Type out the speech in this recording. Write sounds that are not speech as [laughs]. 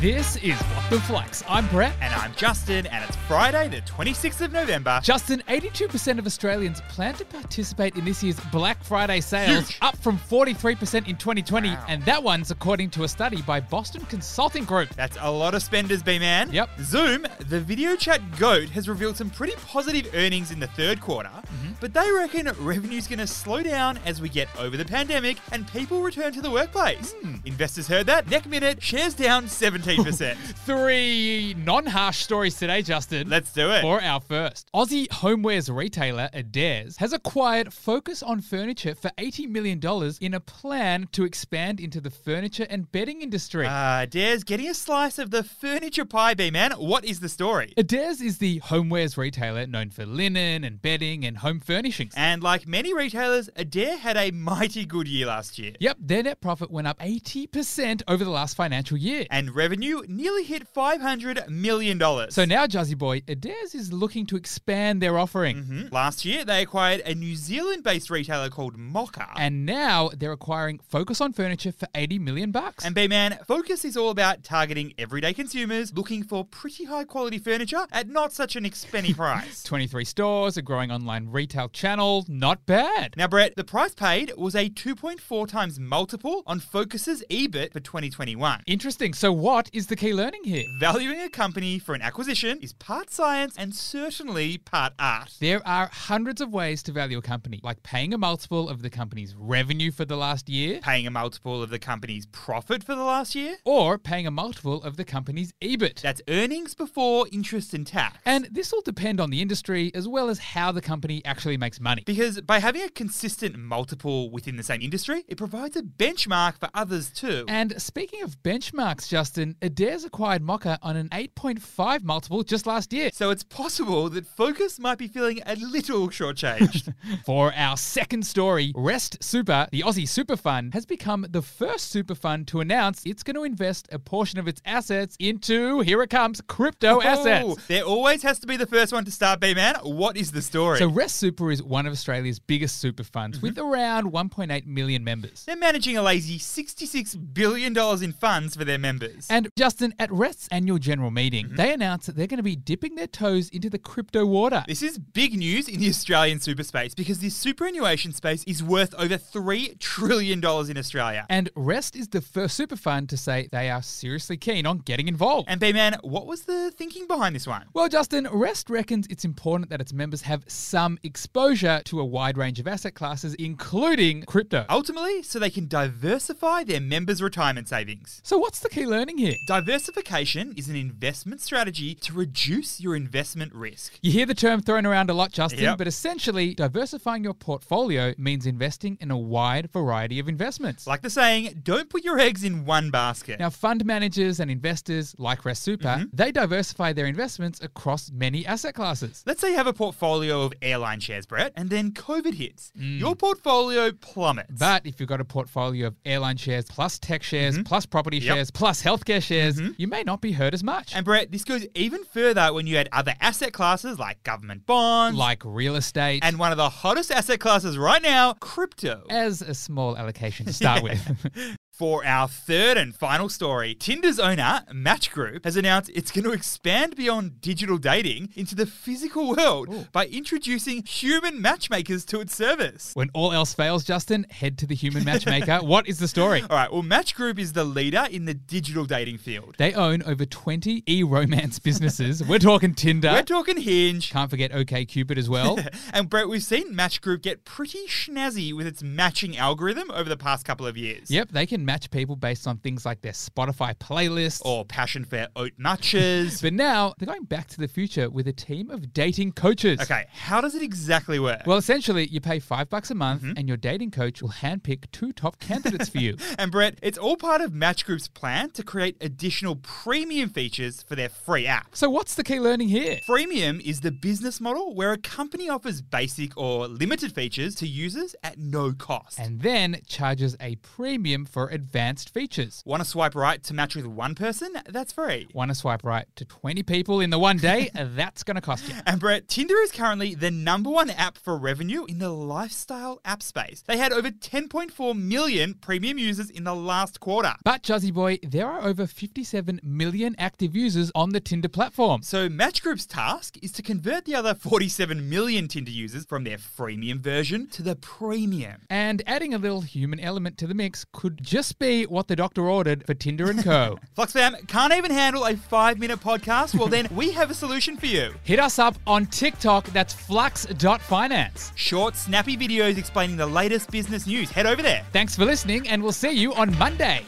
This is What the Flux. I'm Brett. And I'm Justin, and it's Friday, the 26th of November. Justin, 82% of Australians plan to participate in this year's Black Friday sales, Huge. up from 43% in 2020. Wow. And that one's according to a study by Boston Consulting Group. That's a lot of spenders, B man. Yep. Zoom, the video chat goat, has revealed some pretty positive earnings in the third quarter, but they reckon revenue's going to slow down as we get over the pandemic and people return to the workplace. Investors heard that. Next minute, shares down 17%. Three non harsh stories today, Justin. Let's do it. For our first, Aussie homewares retailer Adairs has acquired Focus on Furniture for $80 million in a plan to expand into the furniture and bedding industry. Uh, Dare's getting a slice of the furniture pie, B man. What is the story? Adairs is the homewares retailer known for linen and bedding and home furnishings. And like many retailers, Adair had a mighty good year last year. Yep, their net profit went up 80% over the last financial year. And revenue nearly hit $500 million. So now, Jazzy Boy, Adairs is looking to expand their offering. Mhm. Last year, they acquired a New Zealand based retailer called Mocha. And now they're acquiring Focus on Furniture for 80 million bucks. And B Man, Focus is all about targeting everyday consumers looking for pretty high quality furniture at not such an [laughs] expensive price. 23 stores, a growing online retail channel, not bad. Now, Brett, the price paid was a 2.4 times multiple on Focus's E EBIT for 2021. Interesting. So, what is the key learning here? Valuing a company for an acquisition is part science and certainly part art. There are hundreds of ways to value a company, like paying a multiple of the company's revenue for the last year, Paying a multiple of the company's profit for the last year? or paying a multiple of the company's E EBIT. That's earnings before interest and tax. And this will depend on the industry as well as how the company actually makes money. Because by having a consistent multiple within the same industry, it provides a benchmark for others too. And speaking of benchmarks, Justin, Adairs acquired Mocha on an 8.5 multiple just last year. so it's possible that Focus might be feeling a little [laughs] shortchanged. For our second story, Rest Super, the Aussie super fund, has become the first super fund to announce it's going to invest a portion of its assets into, here it comes, crypto Oh, assets. there always has to be the first one to start, B man. What is the story? So, Rest Super is one of Australia's biggest super funds with around 1.8 million members. They're managing a lazy $66 billion in funds for their members. And Justin, at Rest's annual general meeting, Mm-hmm. they announced that they're going to be dipping their toes into the crypto water. This is big news in the Australian super space because the superannuation space is worth over $3 trillion in Australia. And Rest is the first super fund to say they are seriously keen on getting involved. And B man, what was the thinking behind this one? well, Justin, Rest reckons it's important that its members have some exposure to a wide range of asset classes, including crypto. Ultimately, so they can diversify their members' retirement savings. So, what's the key learning here? Diversification is an investment strategy to reduce your investment risk. You hear the term thrown around a lot, Justin, Yep. but essentially, diversifying your portfolio means investing in a wide variety of investments. Like the saying, don't put your eggs in one basket. Now, fund managers and investors like Rest Super, Mm-hmm. they diversify their investments across many asset classes. Let's say you have a portfolio of airline shares, Brett, and then COVID hits. Your portfolio plummets. Mm. But if you've got a portfolio of airline shares, plus tech shares, plus property Mm-hmm. Yep. Mm-hmm. shares, plus healthcare shares, you may not be hurt as much. and Brett, this goes even further when you add other asset classes like government [laughs] bonds like real estate, and one of the hottest asset classes right now, crypto. as a small allocation [laughs] to start with. [laughs] For our third and final story, Tinder's owner, Match Group, has announced it's going to expand beyond digital dating into the physical world by introducing human matchmakers to its service. when all else fails, Justin, head to the human [laughs] matchmaker. what is the story? All right, well, Match Group is the leader in the digital dating field. They own over 20 e romance businesses. [laughs] We're talking Tinder. We're talking Hinge. Can't forget OKCupid as [laughs] well. And Brett, we've seen Match Group get pretty schnazzy with its matching algorithm over the past couple of years. Yep, they can match people based on things like their Spotify playlists. Or passion for oat matches. But now they're going back to the future with a team of dating coaches. okay, how does it exactly work? Well, essentially, you pay five bucks a month, and your dating coach will handpick two top candidates for you. And Brett, it's all part of Match Group's plan to create additional premium features for their free app. So, what's the key learning here? Freemium is the business model where a company offers basic or limited features to users at no cost. And then charges a premium for advanced features. Want to swipe right to match with one person? That's free. Want to swipe right to 20 people in the one day? That's going to cost you. And Brett, Tinder is currently the number one app for revenue in the lifestyle app space. They had over 10.4 million premium users in the last quarter. But, Juzzy Boy, there are over 57 million active users on the Tinder platform. So Match Group's task is to convert the other 47 million Tinder users from their freemium version to the premium. And adding a little human element to the mix could just be what the doctor ordered for Tinder and Co. Flux fam can't even handle a five minute podcast? Well, then we have a solution for you. Hit us up on TikTok. That's flux.finance. Short, snappy videos explaining the latest business news. Head over there. Thanks for listening, and we'll see you on Monday.